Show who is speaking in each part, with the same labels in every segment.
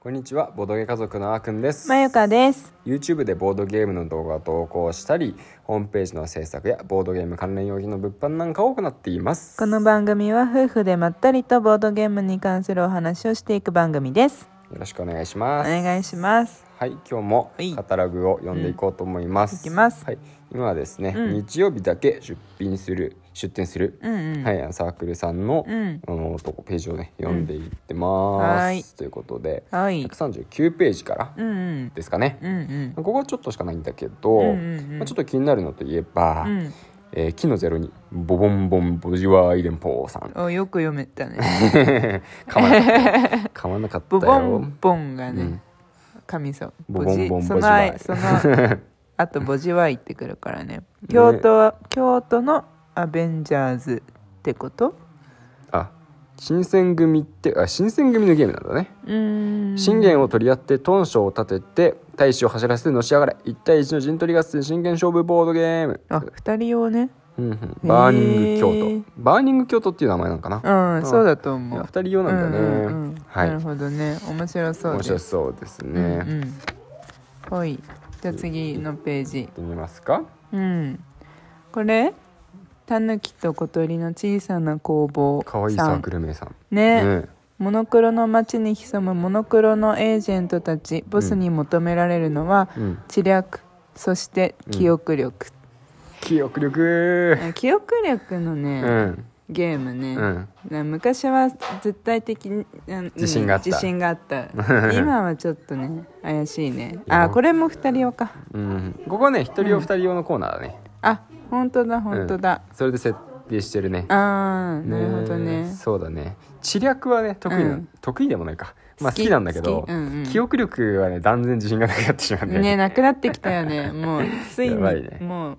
Speaker 1: こんにちはボードゲ家族のあーくんです
Speaker 2: まゆかです。
Speaker 1: YouTube でボードゲームの動画を投稿したりホームページの制作やボードゲーム関連用品の物販なんかを行っています
Speaker 2: この番組は夫婦でまったりとボードゲームに関するお話をしていく番組です。
Speaker 1: よろしくお願いし
Speaker 2: お
Speaker 1: ます
Speaker 2: 願いします。
Speaker 1: はい今日も
Speaker 2: はい
Speaker 1: カタログを読んでいこうと思います、
Speaker 2: うんいきます
Speaker 1: はい、今はですね、
Speaker 2: うん
Speaker 1: 日曜日だけ出品する出店する、
Speaker 2: うんうん。
Speaker 1: はい、あのサークルさんの、
Speaker 2: うん。
Speaker 1: あのとこページをね読んでいってます、
Speaker 2: うんはい
Speaker 1: ということで
Speaker 2: はい。
Speaker 1: 139ページから
Speaker 2: うんうん。
Speaker 1: ですかね、
Speaker 2: うんうん。
Speaker 1: ここはちょっとしかないんだけど、
Speaker 2: うんうんうん
Speaker 1: まあ、ちょっと気になるのといえば、
Speaker 2: うん。
Speaker 1: えー、木のゼロにボボンボンボジュワイレンポーさ ん
Speaker 2: およく読め たね。
Speaker 1: 噛まなかった噛まなかった
Speaker 2: ボ
Speaker 1: よ
Speaker 2: ボンボンが
Speaker 1: う
Speaker 2: ね
Speaker 1: ん、
Speaker 2: 噛みそう。
Speaker 1: ボボンボン
Speaker 2: そ
Speaker 1: ボジ
Speaker 2: の
Speaker 1: ワイ
Speaker 2: あ そのあとボジワイってくるからね。京都は京都のアベンジャーズってこと？
Speaker 1: あ新選組ってあ新選組のゲームなんだね
Speaker 2: うーん。
Speaker 1: 信玄を取り合って屯所を立てて大使を走らせてのし上がれ一対一の陣取り合戦信玄勝負ボードゲーム
Speaker 2: あ、二人用ね。
Speaker 1: うんうんバーニング
Speaker 2: へ
Speaker 1: 京
Speaker 2: ー
Speaker 1: 都バーニング京都っていう名前なのかな
Speaker 2: うん、そうだと
Speaker 1: い
Speaker 2: 思
Speaker 1: や
Speaker 2: う
Speaker 1: 二。人用なんだね、
Speaker 2: うんうんうん
Speaker 1: はい
Speaker 2: なるほどね面白そう
Speaker 1: 面
Speaker 2: です
Speaker 1: 白そうですね、
Speaker 2: うん
Speaker 1: 行っ
Speaker 2: うんほいじゃあ次のページ
Speaker 1: てみますか
Speaker 2: うんこれタヌキと小鳥の小さな工房
Speaker 1: 可愛いサ
Speaker 2: さ
Speaker 1: ー
Speaker 2: ん
Speaker 1: クル名さん
Speaker 2: ね
Speaker 1: ね
Speaker 2: モノクロの街に潜むモノクロのエージェントたちボスに求められるのは
Speaker 1: うん、
Speaker 2: 知略そして記憶力、
Speaker 1: 記憶力
Speaker 2: あ記憶力の
Speaker 1: う
Speaker 2: ね、
Speaker 1: ん
Speaker 2: ゲームね、
Speaker 1: うん
Speaker 2: な昔は絶対的にあ
Speaker 1: 自信があった
Speaker 2: 自信があった 今はちょっとね怪しいね
Speaker 1: いや
Speaker 2: あこれも二人用か
Speaker 1: うんここね一人用二人用のコーナーだね、
Speaker 2: あ本当だ本当だ、
Speaker 1: それで設定してるね
Speaker 2: ああなるほどね
Speaker 1: そうだね知略はね得意な、
Speaker 2: うん
Speaker 1: 得意でもないかまあ
Speaker 2: 好
Speaker 1: 好
Speaker 2: き
Speaker 1: きなんだけど
Speaker 2: 好きうんうん
Speaker 1: 記憶力はね断然自信がなくなってしまうんだよ
Speaker 2: ねなくなってきたよね もうついに
Speaker 1: やばいね
Speaker 2: も
Speaker 1: う
Speaker 2: う、
Speaker 1: ん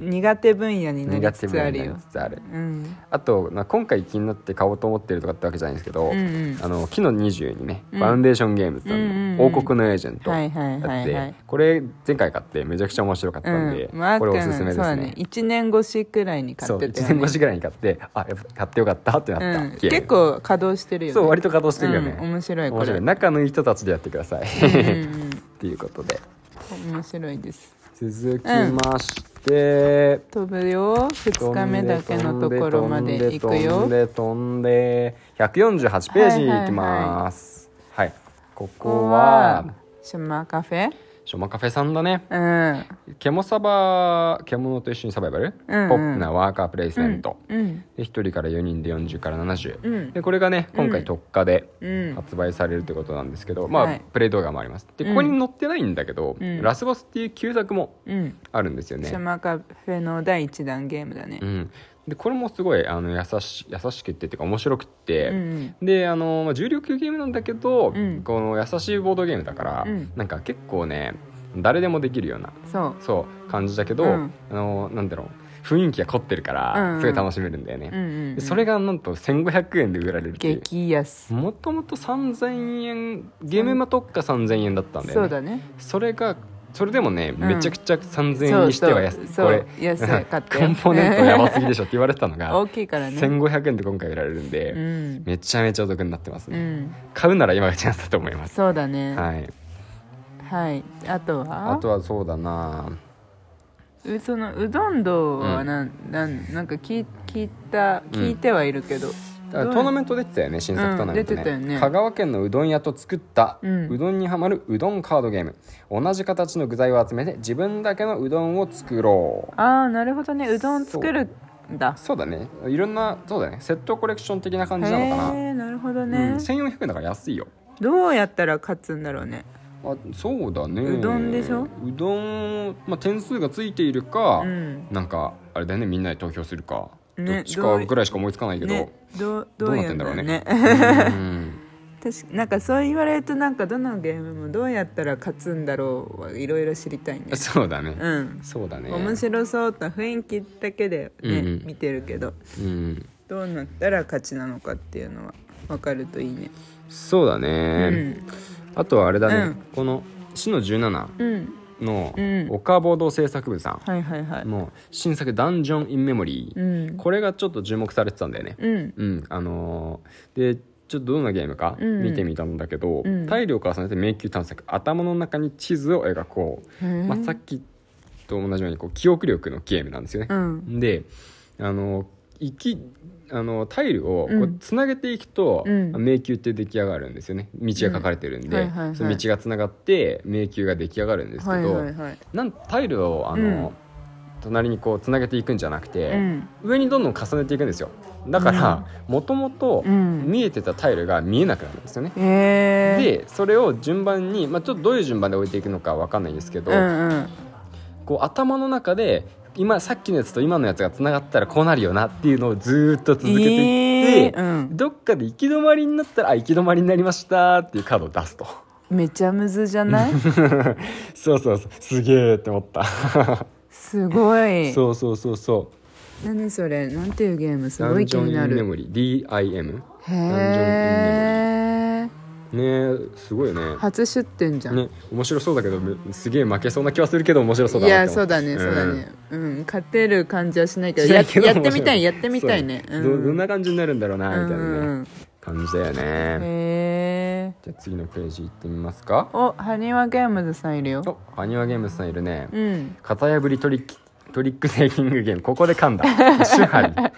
Speaker 2: 苦手分野にな
Speaker 1: 苦
Speaker 2: り
Speaker 1: 手分
Speaker 2: つつあ
Speaker 1: 野に
Speaker 2: る
Speaker 1: なり
Speaker 2: よ
Speaker 1: つつある
Speaker 2: うん
Speaker 1: あとな今回気になって買おうと思ってるとかってわけじゃないんですけど、
Speaker 2: うんうん
Speaker 1: あの木の20にね、
Speaker 2: うん
Speaker 1: ファウンデーションゲームズさんの、
Speaker 2: うんうんうん
Speaker 1: 王国のエージェント、
Speaker 2: はいはいはい
Speaker 1: だ
Speaker 2: は
Speaker 1: っ
Speaker 2: い
Speaker 1: てこれ前回買ってめちゃくちゃ面白かったんで、
Speaker 2: まあ
Speaker 1: これおすすめです
Speaker 2: そうだ
Speaker 1: ね
Speaker 2: 1年越しくらいに買
Speaker 1: そう
Speaker 2: って
Speaker 1: 1
Speaker 2: たよ、ね、
Speaker 1: 年越しぐらいに買ってあやっぱ買ってよかったってなった、
Speaker 2: うん、
Speaker 1: ゲーム
Speaker 2: 結構稼働してるよね
Speaker 1: そう割と稼働してるよね、
Speaker 2: うん面白いこれ
Speaker 1: 面白い仲のいい人たちでやってくだ さい、
Speaker 2: うんうんうん
Speaker 1: っていうことで
Speaker 2: 面白いです
Speaker 1: 続きまして、
Speaker 2: 飛ぶよ2日目だけのところまで行く
Speaker 1: 飛
Speaker 2: よ
Speaker 1: んで飛んで飛んで148ページいきますはいここは
Speaker 2: 島カフェ
Speaker 1: ショマカフェさんだね
Speaker 2: うん
Speaker 1: ケモサバ獣と一緒にサバイバル、
Speaker 2: うんうん
Speaker 1: ポップなワーカープレイスメント、
Speaker 2: うん
Speaker 1: で1人から4人で40から70、
Speaker 2: うん
Speaker 1: でこれがね今回特価で
Speaker 2: うん
Speaker 1: 発売されるということなんですけど、まあ、
Speaker 2: はい
Speaker 1: プレイ動画もありますでここに載ってないんだけど、
Speaker 2: うん
Speaker 1: ラスボスっていう旧作も
Speaker 2: うん
Speaker 1: あるんですよね、
Speaker 2: 島カフェの第一弾ゲームだね
Speaker 1: うん、でこれもすごいあの優し優しくてっていうか面白くって、
Speaker 2: うん
Speaker 1: であのまあ重量級ゲームなんだけど、
Speaker 2: うん
Speaker 1: この優しいボードゲームだから、
Speaker 2: うん
Speaker 1: なんか結構ね誰でもできるような
Speaker 2: そう
Speaker 1: そう感じだけど、
Speaker 2: うん
Speaker 1: あのなんだろう雰囲気が凝ってるから、
Speaker 2: うん
Speaker 1: すごい楽しめるんだよね、
Speaker 2: うんうんうん
Speaker 1: でそれがなんと1500円で売られるっていう
Speaker 2: 激安
Speaker 1: もともと3000円ゲームマ特価3000円だったんだよ
Speaker 2: そ
Speaker 1: ね
Speaker 2: うだね
Speaker 1: それがそれでもね、
Speaker 2: ん
Speaker 1: めちゃくちゃ3000円にしては安い
Speaker 2: そうそう
Speaker 1: これ
Speaker 2: 安い買って
Speaker 1: コンポーネントやばすぎでしょって言われてたのが
Speaker 2: 大きいからね
Speaker 1: 1500円で今回売られるんで、
Speaker 2: うん
Speaker 1: めちゃめちゃお得になってます
Speaker 2: う
Speaker 1: ね、
Speaker 2: ん
Speaker 1: 買うなら今がチャンスだと思います、
Speaker 2: そうだね
Speaker 1: はい
Speaker 2: はいあとは
Speaker 1: あとはそうだな
Speaker 2: うそのうどん道はなん,、なんなんか聞い聞いた聞いてはいるけど、
Speaker 1: だから
Speaker 2: どう
Speaker 1: トーナメント出てたよね新作トーナメント
Speaker 2: う
Speaker 1: ね,、
Speaker 2: ん出てたよね
Speaker 1: 香川県のうどん屋と作った、う
Speaker 2: うん
Speaker 1: どんにはまるうどんカードゲーム同じ形の具材を集めて自分だけのうどんを作ろう
Speaker 2: ああなるほどねうどん作るんだ
Speaker 1: そうだねいろんなそうだねセットコレクション的な感じなのかな、
Speaker 2: へーなるほど
Speaker 1: う
Speaker 2: ね、
Speaker 1: ん、1400円だから安いよ
Speaker 2: どうやったら勝つんだろうね
Speaker 1: あそうだね
Speaker 2: うどんでしょ
Speaker 1: うどん、まあ、点数がついているか、
Speaker 2: うん
Speaker 1: なんかあれだよねみんなで投票するか、
Speaker 2: ね
Speaker 1: どっちかぐらいしか思いつかないけど
Speaker 2: ねどう
Speaker 1: ど
Speaker 2: ど
Speaker 1: う
Speaker 2: う
Speaker 1: なっ
Speaker 2: や
Speaker 1: て
Speaker 2: っ
Speaker 1: ん
Speaker 2: た
Speaker 1: だろ
Speaker 2: ら
Speaker 1: うね
Speaker 2: ね
Speaker 1: うん
Speaker 2: 確かなんかそう言われるとなんかどのゲームもどうやったら勝つんだろうはいろいろ知りたいね
Speaker 1: そうだね、
Speaker 2: うん
Speaker 1: そうだね
Speaker 2: 面白そうと雰囲気だけでね、
Speaker 1: うんうん
Speaker 2: 見てるけど
Speaker 1: うん、
Speaker 2: どうなったら勝ちなのかっていうのは分かるといいね
Speaker 1: そうだ
Speaker 2: う
Speaker 1: ね、
Speaker 2: ん
Speaker 1: あとはあれだね、
Speaker 2: うん
Speaker 1: この市の17
Speaker 2: うん
Speaker 1: の
Speaker 2: うん
Speaker 1: 岡ボード製作部さ
Speaker 2: はいはいはい
Speaker 1: んの新作「ダンジョン・イン・メモリー
Speaker 2: う」ん
Speaker 1: これがちょっと注目されてたんだよね
Speaker 2: うん
Speaker 1: うん、あのーでちょっとどんなゲームか
Speaker 2: うん
Speaker 1: 見てみたんだけど、
Speaker 2: うん
Speaker 1: 体力を重ねて迷宮探索頭の中に地図を描こう、まあ、さっきと同じようにこう記憶力のゲームなんですよね
Speaker 2: う、ん
Speaker 1: であのいきあのタイルをこ
Speaker 2: う
Speaker 1: うんつなげていくと、
Speaker 2: うん
Speaker 1: 迷宮って出来上がるんですよね道が書かれてるんで、
Speaker 2: うんはいはいはい
Speaker 1: その道がつながって迷宮が出来上がるんですけ
Speaker 2: はい
Speaker 1: ど、
Speaker 2: はいはい
Speaker 1: なんタイルをあの、
Speaker 2: うん
Speaker 1: 隣にこうつなげていくんじゃなくて、
Speaker 2: うん
Speaker 1: 上にどんどん重ねていくんですよだからもともと
Speaker 2: うん
Speaker 1: 見えてたタイルが見えなくなるんですよね、
Speaker 2: えー、
Speaker 1: でそれを順番に、まあ、ちょっとどういう順番で置いていくのかわかんないですけど、
Speaker 2: うんうん
Speaker 1: こう頭の中で今さっきのやつと今のやつがつながったらこうなるよなっていうのをずーっと続けていって、
Speaker 2: えーうん、
Speaker 1: どっかで行き止まりになったらあ行き止まりになりましたっていうカードを出すと
Speaker 2: めちゃむずじゃない
Speaker 1: そうそうそうすげえって思った
Speaker 2: すごい
Speaker 1: そうそうそうそう
Speaker 2: 何それなんていうゲームす
Speaker 1: ダ
Speaker 2: ご
Speaker 1: ン
Speaker 2: い
Speaker 1: ジ
Speaker 2: 気
Speaker 1: ョン
Speaker 2: にな
Speaker 1: インメ
Speaker 2: る
Speaker 1: モリー DIM
Speaker 2: へえ
Speaker 1: ねえすごいよね
Speaker 2: 初出店じゃん、
Speaker 1: ね面白そうだけどむすげえ負けそうな気はするけど面白そうだ
Speaker 2: い
Speaker 1: な
Speaker 2: や
Speaker 1: って思
Speaker 2: そう
Speaker 1: った
Speaker 2: だねそうだねうん、勝てる感じはしないけ
Speaker 1: うん
Speaker 2: どや
Speaker 1: しないけど
Speaker 2: やってみたいやってみたいね
Speaker 1: そううんどどんな感じになるんだろうなみたいなね、
Speaker 2: うんうん
Speaker 1: 感じだよね、
Speaker 2: へえ
Speaker 1: じゃあ次のページ行ってみますか
Speaker 2: おハニワゲームズさんいるよ
Speaker 1: おハニワゲームズさんいるね
Speaker 2: うん
Speaker 1: 型破りトリックトリックテイキングゲームここで噛 んだ手張り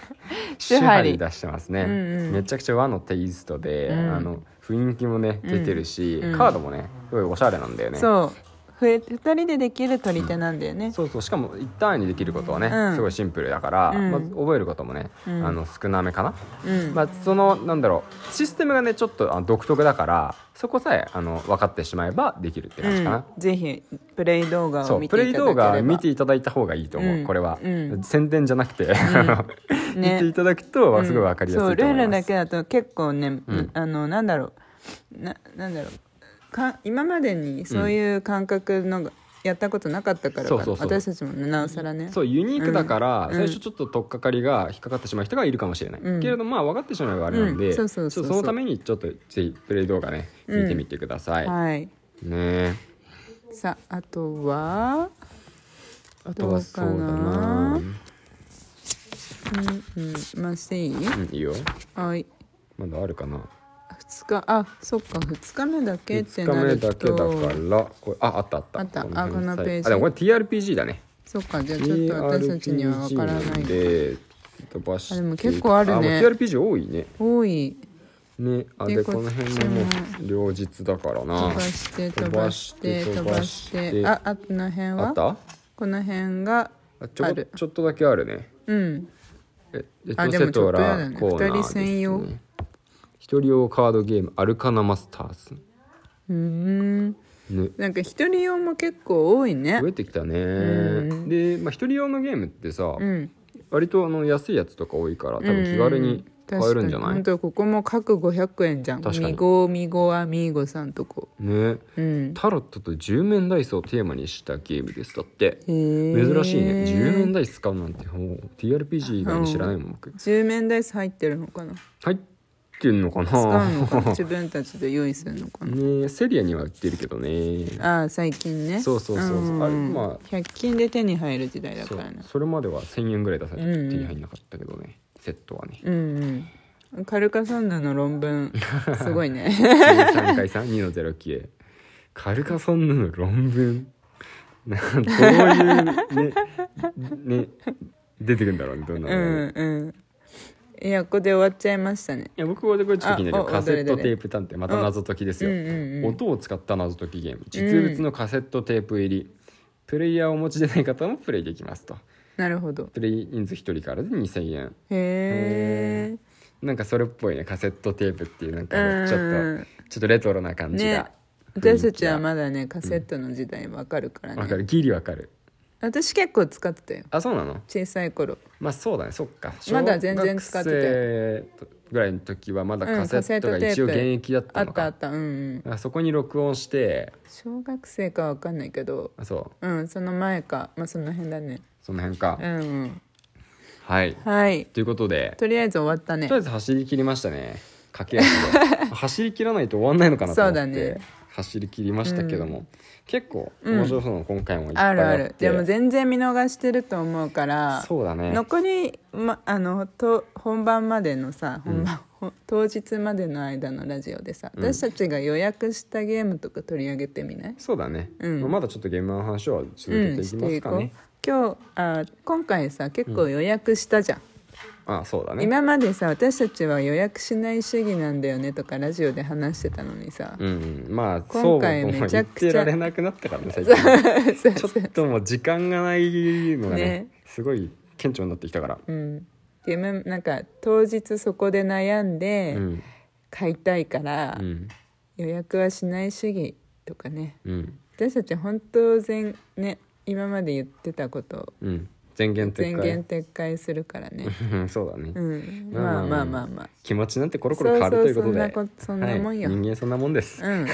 Speaker 2: 手張り
Speaker 1: 出してますね、
Speaker 2: うんうん
Speaker 1: めちゃくちゃ和のテイストで、
Speaker 2: うん
Speaker 1: あの雰囲気もね出てるし、
Speaker 2: うん
Speaker 1: カードもねすごいおしゃれなんだよね
Speaker 2: そうふえ二人でできる取り手なんだよね、
Speaker 1: そうそうしかも一単位にできることはね、
Speaker 2: うん
Speaker 1: すごいシンプルだから、
Speaker 2: うん
Speaker 1: まあ、覚えることもね、
Speaker 2: うん
Speaker 1: あの少なめかな、
Speaker 2: うん
Speaker 1: まあ、そのなんだろうシステムがねちょっとあの独特だからそこさえあの分かってしまえばできるって感じかな、
Speaker 2: うん、ぜひプレイ動画
Speaker 1: そ
Speaker 2: を
Speaker 1: う
Speaker 2: 見
Speaker 1: プ
Speaker 2: て
Speaker 1: レイ
Speaker 2: いただけれ
Speaker 1: 動
Speaker 2: ば
Speaker 1: 画見ていただいた方がいいと思う、
Speaker 2: うん
Speaker 1: これは、
Speaker 2: うん
Speaker 1: 宣伝じゃなくて、見
Speaker 2: ね
Speaker 1: ていただくと、
Speaker 2: うん
Speaker 1: すごい分かりやす
Speaker 2: そ
Speaker 1: いうと
Speaker 2: ル
Speaker 1: 思
Speaker 2: ー
Speaker 1: い
Speaker 2: ル
Speaker 1: ま
Speaker 2: だ
Speaker 1: す
Speaker 2: けだと結構ね、
Speaker 1: うん
Speaker 2: あのなんだろうななんだろうか今までにそういう感覚のがやったことなかったからか
Speaker 1: そ
Speaker 2: な
Speaker 1: うそうそう
Speaker 2: 私たちもねなおさらね
Speaker 1: そうユニークだから、
Speaker 2: うん
Speaker 1: 最初ちょっと取っかかりが引っかかってしまう人がいるかもしれない、
Speaker 2: うん
Speaker 1: けれどまあ分かってしまえばあれなんで、
Speaker 2: うんそうそうそうそう
Speaker 1: ちょっとそのためにちょっとぜひプレイ動画ね
Speaker 2: うん
Speaker 1: 見てみてください、
Speaker 2: はい
Speaker 1: ねえ
Speaker 2: さああとは
Speaker 1: あとはそうだな
Speaker 2: どうかうんうんまあしていい
Speaker 1: うんいいよ
Speaker 2: はい
Speaker 1: まだあるかな
Speaker 2: 2日あそっか2日目だけって
Speaker 1: 2
Speaker 2: な
Speaker 1: 日目
Speaker 2: ると
Speaker 1: だけだからこれああったあった
Speaker 2: あった
Speaker 1: の辺
Speaker 2: あこのページ
Speaker 1: あでもこれ TRPG だね
Speaker 2: そっかじゃあちょっと私たちには分からな
Speaker 1: TRPG ん
Speaker 2: い
Speaker 1: で飛ばして
Speaker 2: あでも結構あるね
Speaker 1: あもう TRPG 多いね
Speaker 2: 多い
Speaker 1: ねあ
Speaker 2: で
Speaker 1: で
Speaker 2: こ
Speaker 1: こ
Speaker 2: っちも
Speaker 1: の辺ももう両日だからな
Speaker 2: 飛ばして飛ばして飛
Speaker 1: 飛
Speaker 2: ば
Speaker 1: ば
Speaker 2: し
Speaker 1: してて
Speaker 2: ああこの辺
Speaker 1: あ
Speaker 2: は
Speaker 1: ったあ
Speaker 2: この辺が
Speaker 1: ちょ
Speaker 2: あ
Speaker 1: こ
Speaker 2: る
Speaker 1: ちょっとだけあるね
Speaker 2: うん
Speaker 1: えレ
Speaker 2: あ
Speaker 1: ト
Speaker 2: でも
Speaker 1: セ
Speaker 2: ちょ
Speaker 1: ト
Speaker 2: っとやだ
Speaker 1: ラ
Speaker 2: ね
Speaker 1: コーナーです
Speaker 2: 二人専用
Speaker 1: ね一人用カードゲームアルカナマスターズ
Speaker 2: うーん
Speaker 1: ね
Speaker 2: なんか一人用も結構多いね
Speaker 1: 増えてきたね
Speaker 2: うん
Speaker 1: で、まあ、一人用のゲームってさ、
Speaker 2: うん
Speaker 1: 割とあの安いやつとか多いから多分気軽に買えるんじゃない、
Speaker 2: 本当ここも各500円じゃん
Speaker 1: 確かに
Speaker 2: ミゴミゴアミーゴさんとこ
Speaker 1: ね
Speaker 2: うん
Speaker 1: タロットと十面ダイスをテーマにしたゲームですだって
Speaker 2: へー
Speaker 1: 珍しいね十面ダイス使うなんてもう TRPG 以外に知らないもん僕
Speaker 2: 10面ダイス入ってるのかな
Speaker 1: 入ってんのかな
Speaker 2: 使うのかな自分たちで用意するのかな
Speaker 1: ねえセリアには売ってるけどね
Speaker 2: ああ最近ね
Speaker 1: そうそうそうそうんあれまあ
Speaker 2: 100均で手に入る時代だ
Speaker 1: そ
Speaker 2: から
Speaker 1: う
Speaker 2: な
Speaker 1: それまでは1000円ぐらい出さない
Speaker 2: うんうん
Speaker 1: と手に入んなかったけどねセットはね
Speaker 2: うんうんカルカソンヌの論文 すごいね
Speaker 1: 3回3 2の09カルカソンヌの論文なんどういう ねね出てくるんだろうねどんな
Speaker 2: う
Speaker 1: のがね
Speaker 2: んうんいやここで終わっちゃいましたね
Speaker 1: いや僕はこれちょっと気にな
Speaker 2: あ
Speaker 1: る
Speaker 2: お
Speaker 1: よカセッ
Speaker 2: ど
Speaker 1: ト
Speaker 2: れどれ
Speaker 1: テープ探偵また謎解きですよ、
Speaker 2: うんうんうん
Speaker 1: 音を使った謎解きゲーム実物のカセットテープ入り、プレイヤーをお持ちでない方もプレイできますと
Speaker 2: なるほど
Speaker 1: プレイ人数1人からで2000円
Speaker 2: へえ
Speaker 1: なんかそれっぽいねカセットテープっていうなんか
Speaker 2: うんう
Speaker 1: ね
Speaker 2: ん
Speaker 1: ちょっとちょっとレトロな感じ
Speaker 2: ね
Speaker 1: が、
Speaker 2: 私たちはまだねカセットの時代わかるからね、
Speaker 1: わかるギリわかる
Speaker 2: 私結構使ってたよ
Speaker 1: あそうなの
Speaker 2: 小さい頃
Speaker 1: まあそうだねそっか
Speaker 2: まだ全然使ってたよ
Speaker 1: 小学生ぐらいの時はまだ
Speaker 2: うん
Speaker 1: カセットが
Speaker 2: カセットテープ
Speaker 1: 一応現役だっ
Speaker 2: あ
Speaker 1: た
Speaker 2: っ
Speaker 1: の
Speaker 2: たあ
Speaker 1: か,、
Speaker 2: ったうんうん
Speaker 1: そこに録音して
Speaker 2: 小学生かわかんないけど
Speaker 1: あそう
Speaker 2: うんその前かまあその辺だね
Speaker 1: その辺か、
Speaker 2: うんうん
Speaker 1: はい
Speaker 2: はい
Speaker 1: ということで
Speaker 2: とりあえず終わったね
Speaker 1: とりあえず走り切りましたね駆け足で走り切らないと終わんないのかなと思って
Speaker 2: そうだね
Speaker 1: 走り切りましたけども、
Speaker 2: う
Speaker 1: 結構
Speaker 2: うん
Speaker 1: 面白そうなの今回もいっぱいあ
Speaker 2: あ
Speaker 1: って、
Speaker 2: るあるでも全然見逃してると思うから
Speaker 1: そうだね
Speaker 2: 残り、ま、あのと本番までのさ本番、ほん当日までの間のラジオでさ
Speaker 1: うん
Speaker 2: 私たちが予約したゲームとか取り上げてみない、
Speaker 1: そうだね、
Speaker 2: うん
Speaker 1: まあまだちょっと現場の話は続
Speaker 2: う
Speaker 1: け
Speaker 2: ん
Speaker 1: ていきますかね、
Speaker 2: 今日あ今回さ結構予約したじゃん、
Speaker 1: あそうだね
Speaker 2: 今までさ私たちは予約しない主義なんだよねとかラジオで話してたのにさ、
Speaker 1: うんうん、まあそう
Speaker 2: 今
Speaker 1: も
Speaker 2: 回
Speaker 1: 言
Speaker 2: め
Speaker 1: っ
Speaker 2: ちゃくちゃ
Speaker 1: てられなくなったからね最近
Speaker 2: そう
Speaker 1: ち
Speaker 2: そ
Speaker 1: ょ
Speaker 2: う
Speaker 1: っともう時間がないのがね
Speaker 2: ね
Speaker 1: すごい顕著になってきたから、
Speaker 2: うんでまなんか当日そこで悩んで
Speaker 1: うん
Speaker 2: 買いたいから、
Speaker 1: うん
Speaker 2: 予約はしない主義とかね
Speaker 1: うん
Speaker 2: 私たち本当全ね今まで言ってたこと
Speaker 1: うん全言撤
Speaker 2: 全
Speaker 1: 回
Speaker 2: 言撤回するからね
Speaker 1: うん そうだね、
Speaker 2: うん
Speaker 1: まあ
Speaker 2: まあま
Speaker 1: まあ
Speaker 2: あまあまあ
Speaker 1: 気持ちなんてコロコ
Speaker 2: そ
Speaker 1: ロ
Speaker 2: う
Speaker 1: 変わるという
Speaker 2: そ
Speaker 1: こ
Speaker 2: うそ
Speaker 1: と
Speaker 2: ん
Speaker 1: で
Speaker 2: なことそんなもんよ、
Speaker 1: はい、人間そんなもんです
Speaker 2: うん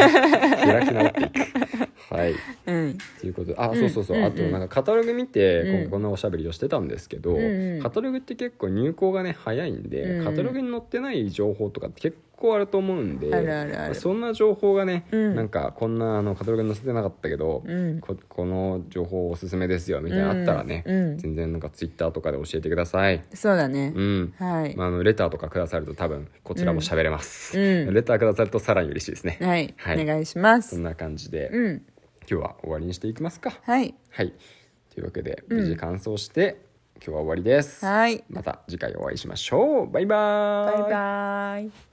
Speaker 1: 開き直っていくはい
Speaker 2: うん
Speaker 1: ということであ、
Speaker 2: うん
Speaker 1: そうそうそう、
Speaker 2: うん
Speaker 1: あとなんかカタログ見て
Speaker 2: うん
Speaker 1: 今回こんなおしゃべりをしてたんですけど、
Speaker 2: うんうん
Speaker 1: カタログって結構入稿がね早いんで、
Speaker 2: うん
Speaker 1: カタログに載ってない情報とかって結構あると思うんで
Speaker 2: あるあるある
Speaker 1: そんな情報がね、
Speaker 2: うん
Speaker 1: なんかこんなあのカタログに載せてなかったけど、
Speaker 2: うん
Speaker 1: ここの情報おすすめですよみたいなのあったらね、
Speaker 2: うんうん
Speaker 1: 全然なんかツイッターとかで教えてください。
Speaker 2: そうだね
Speaker 1: う、ん
Speaker 2: はい、
Speaker 1: まあ、あのレターとかくださると多分こちらも喋れます、
Speaker 2: うんうん
Speaker 1: レターくださるとさらに嬉しいですね、
Speaker 2: はい、
Speaker 1: はい
Speaker 2: お願いしま
Speaker 1: そ
Speaker 2: す
Speaker 1: んな感じで、
Speaker 2: うん
Speaker 1: 今日は終わりにしていきますか
Speaker 2: はい
Speaker 1: はいというわけで
Speaker 2: うん
Speaker 1: 無事完走して、今日は終わりです
Speaker 2: はい
Speaker 1: また次回お会いしましょうバイバー
Speaker 2: バイバイ